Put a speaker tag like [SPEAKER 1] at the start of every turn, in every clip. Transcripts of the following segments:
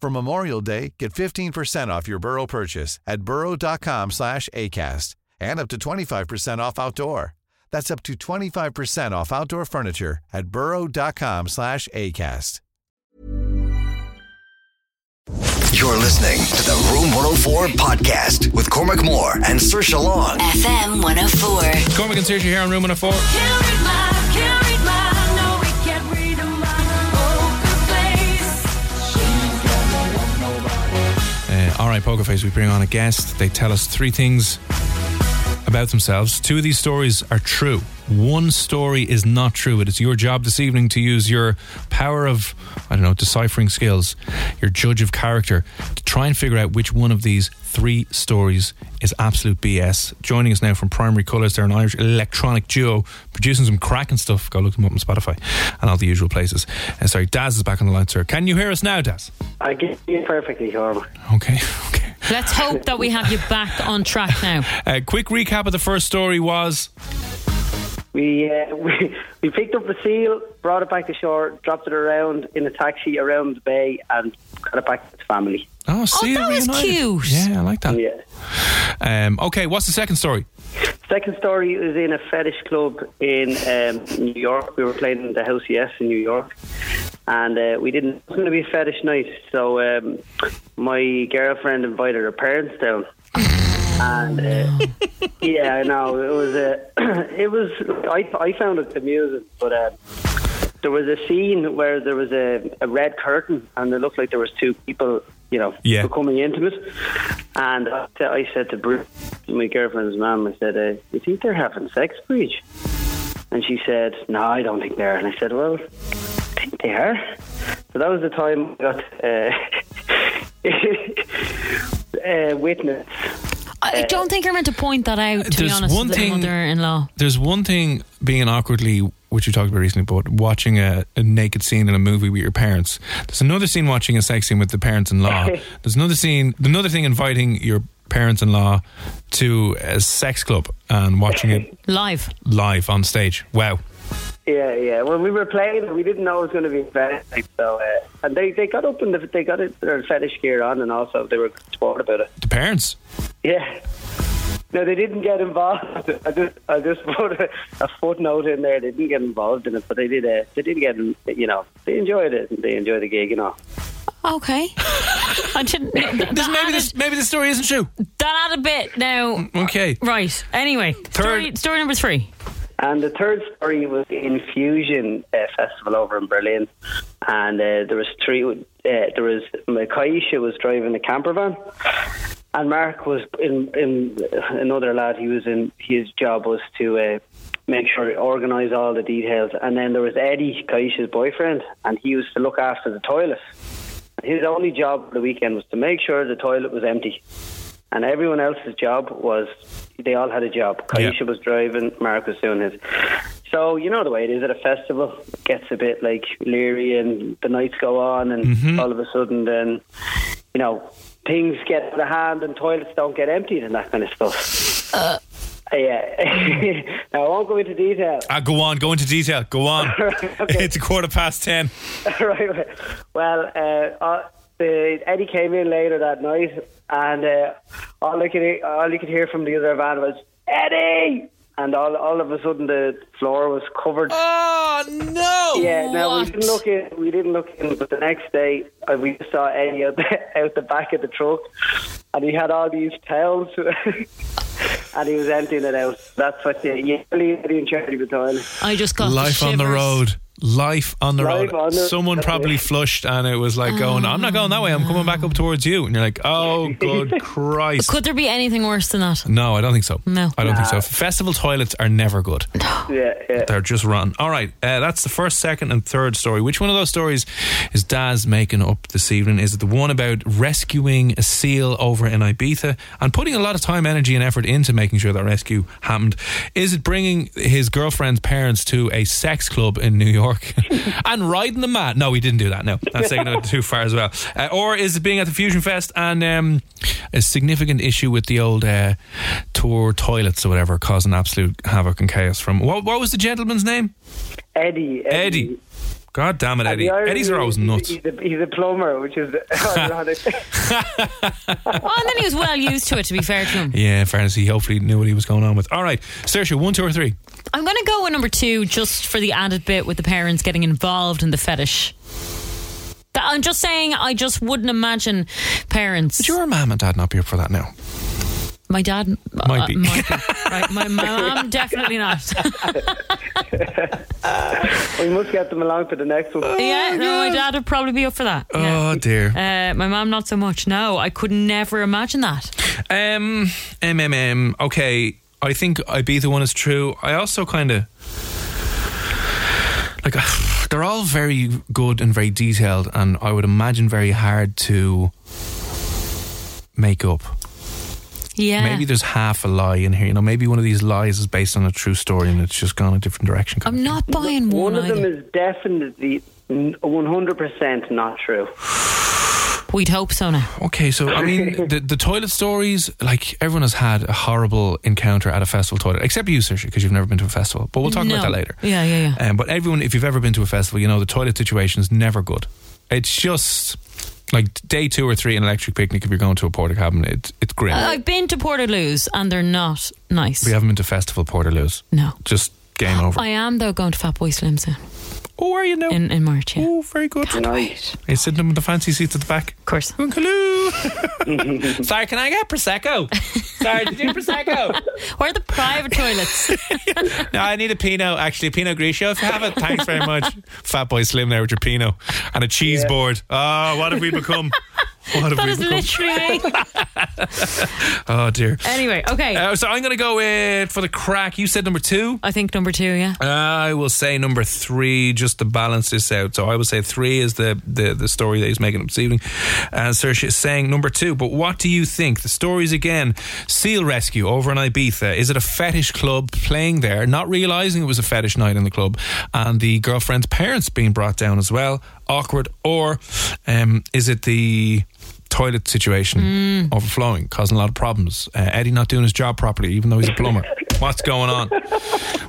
[SPEAKER 1] For Memorial Day, get 15% off your Burrow purchase at burrow.com/acast and up to 25% off outdoor. That's up to 25% off outdoor furniture at burrow.com/acast.
[SPEAKER 2] You're listening to the Room 104 podcast with Cormac Moore and Sir Long.
[SPEAKER 3] FM 104.
[SPEAKER 4] Cormac and Sergio here on Room 104.
[SPEAKER 5] Can't read my, can't read my, no, we can't read a mind. Poker face.
[SPEAKER 4] Uh, all right, Poker Face, we bring on a guest. They tell us three things about themselves. Two of these stories are true. One story is not true. It is your job this evening to use your power of, I don't know, deciphering skills, your judge of character, to try and figure out which one of these three stories is absolute BS. Joining us now from Primary Colours, they're an Irish electronic duo producing some cracking stuff. Go look them up on Spotify and all the usual places. Uh, sorry, Daz is back on the line, sir. Can you hear us now, Daz?
[SPEAKER 6] I get you perfectly, Horm.
[SPEAKER 4] Okay, okay.
[SPEAKER 7] Let's hope that we have you back on track now.
[SPEAKER 4] A quick recap of the first story was
[SPEAKER 6] We, uh, we we picked up the seal, brought it back to shore, dropped it around in a taxi around the bay, and got it back to its family.
[SPEAKER 4] oh, see,
[SPEAKER 7] that was
[SPEAKER 4] reunited.
[SPEAKER 7] cute.
[SPEAKER 4] Yeah, I like that.
[SPEAKER 6] Yeah.
[SPEAKER 4] Um, okay, what's the second story?
[SPEAKER 6] Second story was in a fetish club in um, New York. We were playing in the House Yes in New York, and uh, we didn't. It was going to be a fetish night, so um, my girlfriend invited her parents down. And uh, yeah, I know it was. Uh, it was. I I found it amusing, but. Um, there was a scene where there was a, a red curtain and it looked like there was two people, you know,
[SPEAKER 4] Yeah.
[SPEAKER 6] becoming intimate. And I said- I said to Bruce, my girlfriend's mum, I said, uh, you think they're having sex, Breach? And she said, no, I don't think they are. And I said, well, I think they are. So that was the time I got uh, uh, witness.
[SPEAKER 7] I don't think you're meant to point that out, to be
[SPEAKER 4] There's
[SPEAKER 7] honest,
[SPEAKER 4] one
[SPEAKER 7] as a
[SPEAKER 4] thing-
[SPEAKER 7] mother-in-law.
[SPEAKER 4] There's one thing being awkwardly, which you talked about recently, but watching a, a naked scene in a movie with your parents. There's another scene watching a sex scene with the parents-in-law. There's another scene, another thing inviting your parents-in-law to a sex club and watching it
[SPEAKER 7] Live.
[SPEAKER 4] live on stage. Wow.
[SPEAKER 6] Yeah, yeah. When we were playing, we didn't know it was going to be a fetish. night, So, uh, and they, they got up and they- they got it, their fetish gear on, and also they were sport about it.
[SPEAKER 4] The parents.
[SPEAKER 6] Yeah. No, they didn't get involved. I just, I just put a, a footnote in there. They didn't get involved in it, but they did. Uh, they did get, in- you know, they enjoyed it. and They enjoyed the gig, you know.
[SPEAKER 7] Okay. I didn't... That,
[SPEAKER 4] This, maybe
[SPEAKER 7] added,
[SPEAKER 4] this maybe this story isn't true. Mm,
[SPEAKER 7] that added a bit now.
[SPEAKER 4] Okay.
[SPEAKER 7] Right. Anyway, story, story number three.
[SPEAKER 6] And the third story was the Infusion uh, Festival over in Berlin, and uh, there was three. Uh, there was Kaisha was driving the camper van, and Mark was in, in another lad. He was in his job was to uh, make sure organise all the details, and then there was Eddie Kaisha's boyfriend, and he was to look after the toilet. His only job for the weekend was to make sure the toilet was empty. And everyone else's job was they all had a job.
[SPEAKER 4] Yeah.
[SPEAKER 6] Kaisha was driving, Mark was doing his. So you know the way it is at a festival. It gets a bit like leery and the nights go on and all of a sudden then you know, things get out of hand and toilets don't get emptied and that kind of stuff. Yeah. now I won't go into detail.
[SPEAKER 4] Ah, go on, go into detail. Go on. It's a quarter past ten.
[SPEAKER 6] right. Well, uh, uh, the, Eddie came in later that night, and uh, all I could all you could hear from the other van was Eddie, and all all of a sudden the floor was covered.
[SPEAKER 4] Oh no!
[SPEAKER 6] yeah, now we
[SPEAKER 7] what?
[SPEAKER 6] didn't look in. We didn't look in, but the next day uh, we saw Eddie out the, out the back of the truck, and he had all these towels. And he was emptying it out. That's what the yearly Eddie and Charity were doing.
[SPEAKER 7] I just got the
[SPEAKER 4] Life on the
[SPEAKER 7] shivers.
[SPEAKER 4] road. life on the
[SPEAKER 6] Life
[SPEAKER 4] road.
[SPEAKER 6] on the-
[SPEAKER 4] Someone
[SPEAKER 6] that's
[SPEAKER 4] probably
[SPEAKER 6] it.
[SPEAKER 4] flushed and it was like going, I'm not going that way. I'm coming back up towards you. And you're like, oh, good Christ.
[SPEAKER 7] Could there be anything worse than that?
[SPEAKER 4] no, I don't think so.
[SPEAKER 7] No.
[SPEAKER 4] I don't think so. Festival toilets are never good.
[SPEAKER 6] Yeah, yeah.
[SPEAKER 4] They're just rotten. All right, uh, that's the first, second, and third story. Which one of those stories is Daz making up this evening? Is it the one about rescuing a seal over in Ibiza and putting a lot of time, energy, and effort into making sure that rescue happened? Is it bringing his girlfriend's parents to a sex club in New York and riding them mad? No, he didn't do that. No, that's taking it too far as well. Uh, or is it being at the Fusion Fest and um, a significant issue with the old uh, tour toilets or whatever, causing absolute havoc and chaos from. What, what was the gentleman's name?
[SPEAKER 6] Eddie, Eddie.
[SPEAKER 4] Eddie. God damn it,
[SPEAKER 6] And the
[SPEAKER 4] Eddie.
[SPEAKER 6] irony
[SPEAKER 4] Eddie's are always
[SPEAKER 6] is he's-
[SPEAKER 4] nuts.
[SPEAKER 6] He's a, he's a plumber, which is ironic.
[SPEAKER 7] Oh, and then he was well used to it, to be fair to him.
[SPEAKER 4] Yeah, in fairness, he hopefully knew what he was going on with. All right, Saoirse, one, two, or three.
[SPEAKER 7] I'm going to go with number two just for the added bit with the parents getting involved in the fetish. That, I'm just saying, I just wouldn't imagine parents.
[SPEAKER 4] Would your mum and dad not be up for that now?
[SPEAKER 7] My dad uh,
[SPEAKER 4] Might be.
[SPEAKER 7] might be. right, my mom definitely not.
[SPEAKER 6] we must get them along for the next one.
[SPEAKER 7] yeah, no, my dad would probably be up for that. yeah.
[SPEAKER 4] Oh, dear.
[SPEAKER 7] Uh, my mom, not so much. No, I could never imagine that.
[SPEAKER 4] Um, MMM. Okay, I think Ibiza one is true. I also kind of like uh, they're all very good and very detailed, and I would imagine very hard to make up.
[SPEAKER 7] Yeah.
[SPEAKER 4] Maybe there's half a lie in here. You know, maybe one of these lies is based on a true story and it's just gone a different direction. kind
[SPEAKER 7] I'm
[SPEAKER 4] of
[SPEAKER 7] not buying one,
[SPEAKER 6] One of them
[SPEAKER 7] either.
[SPEAKER 6] is definitely n- 100% not true.
[SPEAKER 7] We'd hope so now.
[SPEAKER 4] thing. Okay, so I mean, the, the toilet stories, like everyone has had a horrible encounter at a festival toilet, except you, Saoirse, because you've never been to a festival. But we'll talk
[SPEAKER 7] No.
[SPEAKER 4] about that later.
[SPEAKER 7] Yeah, yeah, yeah.
[SPEAKER 4] Um, but everyone, if you've ever been to a festival, you know the toilet situation is never good. It's just like day two or three in electric picnic if you're going to a porta cabin. It, it's grim.
[SPEAKER 7] I've been to Portaloos and they're not nice.
[SPEAKER 4] Uh, we haven't been to festival portaloos.
[SPEAKER 7] No.
[SPEAKER 4] Just game over.
[SPEAKER 7] I am, though, going to Fat Boy Slim soon
[SPEAKER 4] oh, are you now?
[SPEAKER 7] in, in March, yeah.
[SPEAKER 4] oh, very good.
[SPEAKER 6] Nice.
[SPEAKER 4] You're sitting in the fancy seats at the back.
[SPEAKER 7] Of course.
[SPEAKER 4] Uncle Lou. Sorry, can I get prosecco? Sorry, did you prosecco?
[SPEAKER 7] Where are the private toilets?
[SPEAKER 4] No, I need a Pinot. Actually, Pinot Grigio. If you have it, thanks very much. Fat boy Slim there with your Pinot and a cheese board. Oh, what have we become? What have
[SPEAKER 7] that
[SPEAKER 4] we
[SPEAKER 7] is
[SPEAKER 4] become?
[SPEAKER 7] literally me.
[SPEAKER 4] oh dear.
[SPEAKER 7] Anyway, okay.
[SPEAKER 4] Uh, so I'm going to go with for the crack. You said number two.
[SPEAKER 7] I think number two, yeah.
[SPEAKER 4] I will say number three, just to balance this out. So I will say three is the, the, the story that he's making up this evening. And Saoirse is saying number two. But what do you think? The stories again seal rescue over in Ibiza. Is it a fetish club playing there, not realizing it was a fetish night in the club, and the girlfriend's parents being brought down as well? Awkward. Or um, is it the toilet situation overflowing, causing a lot of problems? Uh, Eddie not doing his job properly, even though he's a plumber. What's going on?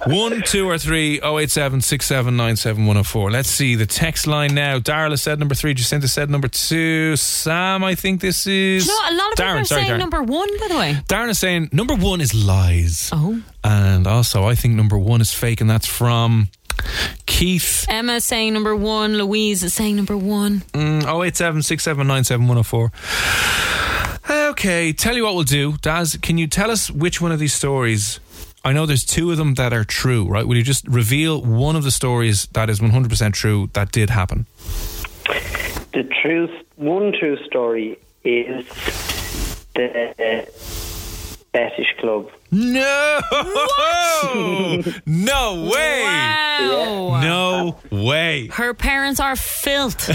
[SPEAKER 4] One, two, or three, oh, 087 679 104. oh, Let's see the text line now. Darla said number three, Jacinta said number two. Sam, I think this is.
[SPEAKER 7] No, a lot of people
[SPEAKER 4] Darren,
[SPEAKER 7] are
[SPEAKER 4] sorry,
[SPEAKER 7] saying
[SPEAKER 4] Darren.
[SPEAKER 7] number one, by the way.
[SPEAKER 4] Darren is saying number one is lies.
[SPEAKER 7] Oh.
[SPEAKER 4] And also, I think number one is fake, and that's from Keith
[SPEAKER 7] Emma is saying number one. Louise is saying number one.
[SPEAKER 4] mm, 087 679 104. Okay, tell you what we'll do. Daz, can you tell us which one of these stories? I know there's two of them that are true, right? Will you just reveal one of the stories that is 100% true that did happen?
[SPEAKER 6] The truth, one true story is the uh, fetish club.
[SPEAKER 4] No! no way!
[SPEAKER 7] Wow.
[SPEAKER 4] No way!
[SPEAKER 7] Her parents are filth.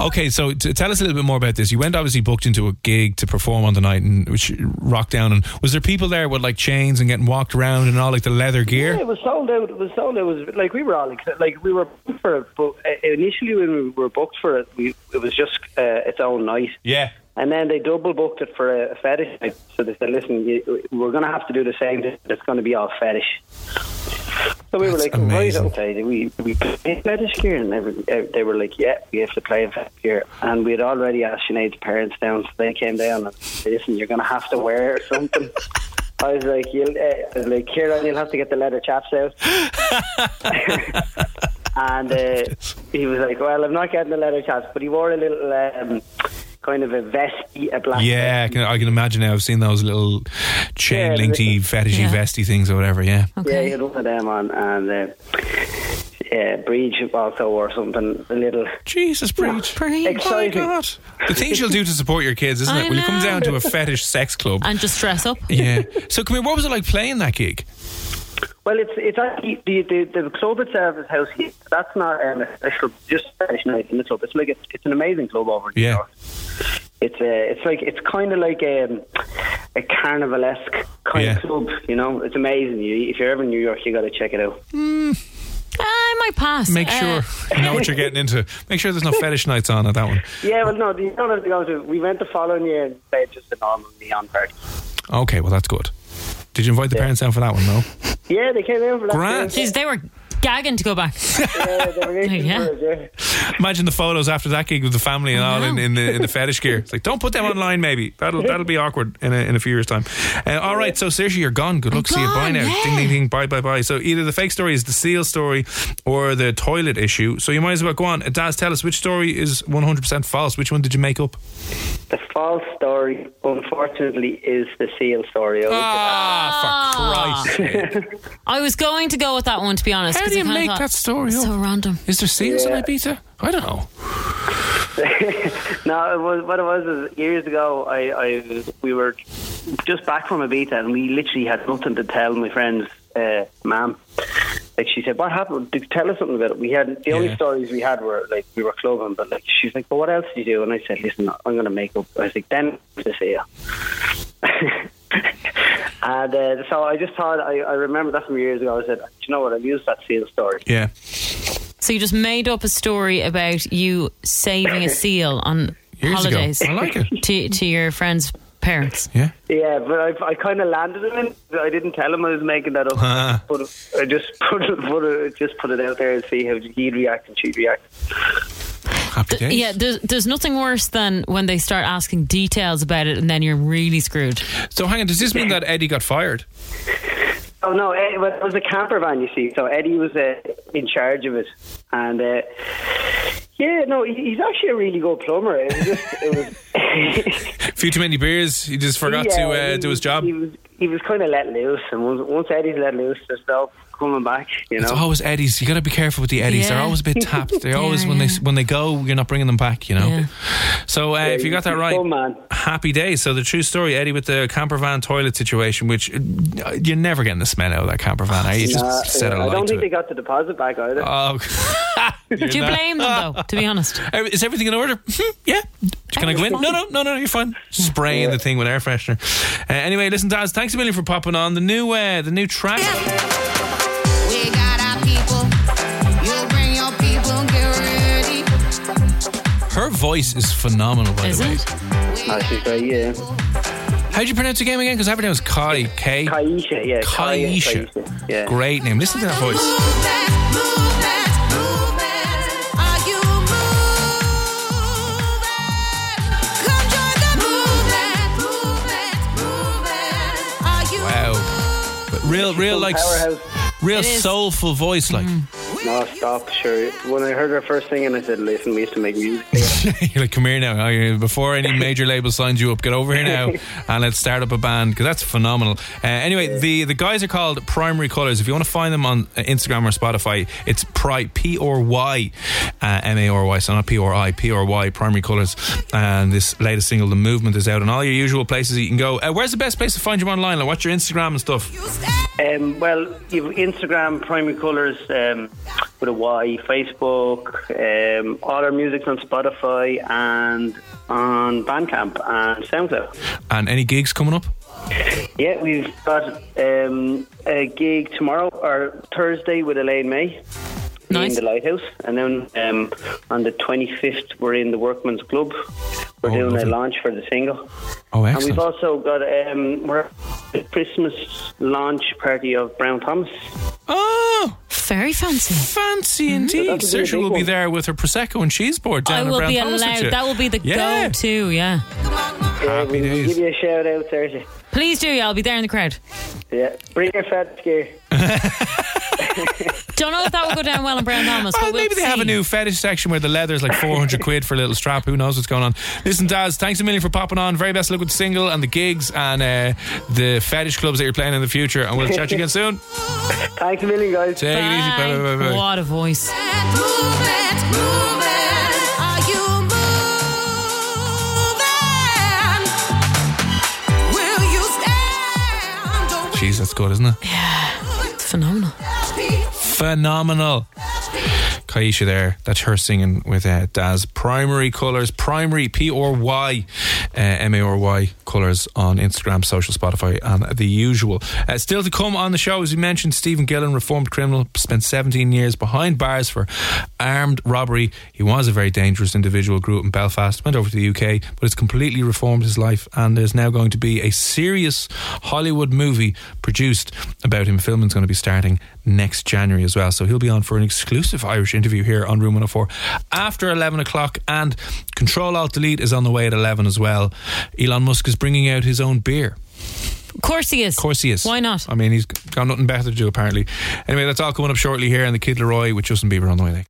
[SPEAKER 4] Okay, so t- tell us a little bit more about this. You went obviously booked into a gig to perform on the night and which rocked down. And was there people there with like chains and getting walked around and all like the leather gear?
[SPEAKER 6] Yeah, it was sold out. It was sold out. It was like we were all exci- like we were booked for it, but uh, initially when we were booked for it, we, it was just uh, its own night.
[SPEAKER 4] Yeah.
[SPEAKER 6] And then they double booked it for a, a fetish night. So they said, "Listen, you, we're going to have to do the same. thing. It's going to be all fetish." So we were
[SPEAKER 4] That's
[SPEAKER 6] like,
[SPEAKER 4] amazing.
[SPEAKER 6] "Right, okay." We we play fetish gear, and they were, they were like, "Yeah, we have to play in fetish gear." And we had already asked Sinead's parents down, so they came down and said, "Listen, you're going to have to wear something." I was like, you'll, uh, I was like, Kieran, you'll have to get the leather chaps eh?" out. and uh, he was like, well, I'm not getting the leather chaps, but he wore a little um, kind of a vesty, a black.
[SPEAKER 4] Yeah, I can, I can imagine now. I've seen those little chain
[SPEAKER 6] Yeah,
[SPEAKER 4] linky, fetishy,
[SPEAKER 7] Yeah.
[SPEAKER 4] vesty things or whatever. Yeah.
[SPEAKER 6] Yeah,
[SPEAKER 7] Okay.
[SPEAKER 6] he had one of them on, and uh, yeah, Breach also or something. A little.
[SPEAKER 4] Jesus, preach.
[SPEAKER 7] Preach.
[SPEAKER 6] Exciting.
[SPEAKER 4] Oh my God. The things you'll do to support your kids, isn't
[SPEAKER 7] I
[SPEAKER 4] it? When you come
[SPEAKER 7] know.
[SPEAKER 4] down to a fetish sex club.
[SPEAKER 7] and just dress up.
[SPEAKER 4] yeah. So, come here, what was it like playing that gig?
[SPEAKER 6] Well, it's it's actually the the, the club itself is house. Heat. That's not um, a special just fetish night in the club. It's like a, it's an amazing club over in New
[SPEAKER 4] Yeah.
[SPEAKER 6] York. It's a, it's like it's kind of like um, a carnivalesque kind
[SPEAKER 4] Yeah.
[SPEAKER 6] of club. You know, it's amazing. You, if you're ever in New York, you got to check it out.
[SPEAKER 7] Ah, I might pass.
[SPEAKER 4] Make
[SPEAKER 7] Uh,
[SPEAKER 4] sure you know what you're getting into. Make sure there's no fetish nights on at that one.
[SPEAKER 6] Yeah, well, no, you don't have to go to. We went the following year and played just a normal neon party.
[SPEAKER 4] Okay, well, that's good. Did you invite the parents down for that one, though?
[SPEAKER 6] Yeah, they came in for that.
[SPEAKER 4] Grand.
[SPEAKER 7] Jeez, they were gagging to go back.
[SPEAKER 6] Yeah, they were itching
[SPEAKER 7] Yeah.
[SPEAKER 6] for it, yeah.
[SPEAKER 4] Imagine the photos after that gig with the family and all in,
[SPEAKER 7] know.
[SPEAKER 4] in the in the fetish gear. It's like, don't put them online. Maybe that'll that'll be awkward in a, in a few years' time. Uh, all right, so Saoirse, you're gone. Good luck. See you. Bye
[SPEAKER 7] gone,
[SPEAKER 4] now.
[SPEAKER 7] yeah.
[SPEAKER 4] Ding ding ding. Bye bye bye. So either the fake story is the seal story or the toilet issue. So you might as well go on. Uh, Daz, tell us which story is 100 percent false. Which one did you make up?
[SPEAKER 6] The false story, unfortunately, is the seal story.
[SPEAKER 4] Ah, for Christ's sake!
[SPEAKER 7] I was going to go with that one, to be honest.
[SPEAKER 4] How
[SPEAKER 7] 'cause
[SPEAKER 4] do
[SPEAKER 7] I
[SPEAKER 4] you
[SPEAKER 7] kinda
[SPEAKER 4] make
[SPEAKER 7] thought,
[SPEAKER 4] that story up?
[SPEAKER 7] So random.
[SPEAKER 4] Is there seals in Ibiza? I don't know.
[SPEAKER 6] No, it was what it was is years ago. I, I we were just back from Ibiza, and we literally had nothing to tell my friend's uh, mom. Like she said, "What happened? Did, tell us something about it." We had the
[SPEAKER 4] Yeah.
[SPEAKER 6] only stories we had were like we were clubbing, but like she's like, "But what else did you do?" And I said, "Listen, I'm going to make up." I was like, "Then to see you." and uh, so I just thought I, I remember that from years ago. I said, "Do you know what? I'll use that seal story."
[SPEAKER 4] Yeah.
[SPEAKER 7] So you just made up a story about you saving a seal on
[SPEAKER 4] Years ago.
[SPEAKER 7] holidays
[SPEAKER 4] I like it.
[SPEAKER 7] to, to your friend's parents.
[SPEAKER 4] Yeah.
[SPEAKER 6] Yeah, but I, I kind of landed him in. I didn't tell him I was making that up.
[SPEAKER 4] Ah.
[SPEAKER 6] But I just put it, put it, just put it out there and see how he'd react and she'd react.
[SPEAKER 4] Happy days.
[SPEAKER 7] Yeah, there's, there's nothing worse than when they start asking details about it and then you're really screwed.
[SPEAKER 4] So hang on. Does this mean that Eddie got fired?
[SPEAKER 6] Oh no, Ed- well, it was a camper van, you see. So Eddie was uh, in charge of it, and uh, yeah, no, he- he's actually a really good plumber. It was just, it was.
[SPEAKER 4] few too many beers. He just forgot
[SPEAKER 6] Yeah,
[SPEAKER 4] to uh,
[SPEAKER 6] he-
[SPEAKER 4] do his job.
[SPEAKER 6] He was, he was kind of let loose, and once, once Eddie's let loose, there's no coming back. You know.
[SPEAKER 4] It's always Eddies. You got to be careful with the Eddies. They're
[SPEAKER 7] Yeah.
[SPEAKER 4] always a bit tapped. They're always when they
[SPEAKER 7] yeah.
[SPEAKER 4] when they go, you're not bringing them back. You know.
[SPEAKER 7] Yeah.
[SPEAKER 4] So uh, if you got that
[SPEAKER 6] he's a
[SPEAKER 4] right,
[SPEAKER 6] good man.
[SPEAKER 4] happy days. So the true story, Eddie, with the camper van toilet situation, which uh, you're never getting the smell out of that camper van. eh? You just
[SPEAKER 6] Uh,
[SPEAKER 4] set a
[SPEAKER 6] I
[SPEAKER 4] light
[SPEAKER 6] don't
[SPEAKER 4] to
[SPEAKER 6] think they
[SPEAKER 4] it.
[SPEAKER 6] got the deposit back either.
[SPEAKER 4] Oh, you're
[SPEAKER 7] Do you
[SPEAKER 4] not-
[SPEAKER 7] blame them, though, to be honest?
[SPEAKER 4] Uh, Is everything in order? Hmm, yeah. Can I go in? No, no, no, no. You're fine. Spraying the thing with air freshener. Uh, anyway, listen, Daz. Thanks a million for popping on the new uh, the new track.
[SPEAKER 8] We got our people. You bring your people, get ready.
[SPEAKER 4] Her voice is phenomenal, by
[SPEAKER 7] Is
[SPEAKER 4] the way.
[SPEAKER 7] it?
[SPEAKER 6] Actually, so, yeah.
[SPEAKER 4] How do you pronounce the game again? Because everything was Kai. K.
[SPEAKER 6] Kaisha, yeah.
[SPEAKER 4] Kaisha.
[SPEAKER 6] Kaisha, Yeah.
[SPEAKER 4] Great name. Listen to that voice.
[SPEAKER 8] Move that, move that, move that. Are you moving? Come join the move that, move that, move that. Are you
[SPEAKER 4] Wow. But real, real like, s-
[SPEAKER 6] Powerhouse.
[SPEAKER 4] real
[SPEAKER 7] It is.
[SPEAKER 4] soulful voice. Like,
[SPEAKER 6] No, stop, sure. When I heard her first singing, I said, listen, we used to make music.
[SPEAKER 4] you're like, come here now. Oh, yeah, Before any major label signs you up, get over here now and let's start up a band because that's phenomenal. Uh, anyway, the the guys are called Primary Colors. If you want to find them on uh, Instagram or Spotify, it's pri p or y uh, m a r y. So not p or i p or y. Primary Colors. And this latest single, The Movement, is out on all your usual places you can go. Uh, where's the best place to find you online? Like, what's your Instagram and stuff?
[SPEAKER 8] you stay?
[SPEAKER 6] Um, well, you've Instagram, Primary Colors um, with a Y, Facebook, um, all our music's on Spotify and on Bandcamp and SoundCloud.
[SPEAKER 4] And any gigs coming up?
[SPEAKER 6] Yeah, we've got um, a gig tomorrow or Thursday with Elaine May.
[SPEAKER 7] Nice.
[SPEAKER 6] In the Lighthouse, and then um, on the 25th, we're in the Workman's Club. We're
[SPEAKER 4] Oh,
[SPEAKER 6] doing
[SPEAKER 4] lovely.
[SPEAKER 6] a launch for the single.
[SPEAKER 4] Oh,
[SPEAKER 6] And we've
[SPEAKER 4] excellent.
[SPEAKER 6] also got um, we're the Christmas launch party of Brown Thomas.
[SPEAKER 4] Oh,
[SPEAKER 7] Very fancy.
[SPEAKER 4] fancy indeed.
[SPEAKER 6] that'll Mm-hmm. be a
[SPEAKER 4] Saoirse
[SPEAKER 6] big
[SPEAKER 4] will be
[SPEAKER 6] one.
[SPEAKER 4] there with her prosecco and cheese board down
[SPEAKER 7] I
[SPEAKER 4] at
[SPEAKER 7] will
[SPEAKER 4] Brown
[SPEAKER 7] be
[SPEAKER 4] Thomas with you.
[SPEAKER 7] allowed. That will be the
[SPEAKER 4] Yeah.
[SPEAKER 7] go-to. Yeah,
[SPEAKER 6] Yeah,
[SPEAKER 4] Happy
[SPEAKER 6] we- we'll
[SPEAKER 4] days.
[SPEAKER 6] give you a shout out, Thursday.
[SPEAKER 7] please do. Yeah, I'll be there in the crowd.
[SPEAKER 6] Yeah, bring your fat gear.
[SPEAKER 7] Don't know if that will go down well in Brown Thomas.
[SPEAKER 4] Well,
[SPEAKER 7] but we'll
[SPEAKER 4] maybe they have a
[SPEAKER 7] see.
[SPEAKER 4] new fetish section where the leather's like 400 quid for a little strap. Who knows what's going on? Listen, Daz, thanks a million for popping on. Very best luck with the single and the gigs and uh, the fetish clubs that you're playing in the future. And we'll chat to you again soon.
[SPEAKER 6] Thanks a million, guys.
[SPEAKER 4] Take it easy. Bye, bye, bye, bye.
[SPEAKER 7] What a voice.
[SPEAKER 9] Move it, move it. Are you moving? Will you stand? Don't
[SPEAKER 4] Jeez, that's good, isn't it?
[SPEAKER 7] It's phenomenal.
[SPEAKER 4] Phenomenal. Kaisha there, that's her singing with uh, Daz. Primary Colours, Primary P or Y, uh, M A R Y Colours on Instagram, social, Spotify, and the usual. Uh, still to come on the show, as we mentioned, Stephen Gillen, reformed criminal, spent 17 years behind bars for armed robbery. He was a very dangerous individual, grew up in Belfast, went over to the UK, but has completely reformed his life, and there's now going to be a serious Hollywood movie produced about him. Filming's going to be starting next January as well. So he'll be on for an exclusive Irish interview here on Room 104 after 11 o'clock. And Control Alt Delete is on the way at 11 as well. Elon Musk is bringing out his own beer.
[SPEAKER 7] Of course he is.
[SPEAKER 4] Of course he is.
[SPEAKER 7] Why not?
[SPEAKER 4] I mean, he's got nothing better to do, apparently. Anyway, that's all coming up shortly here on The Kid Leroy with Justin Bieber on the way. Like.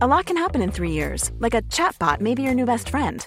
[SPEAKER 8] A lot can happen in three years, like a chatbot may be your new best friend.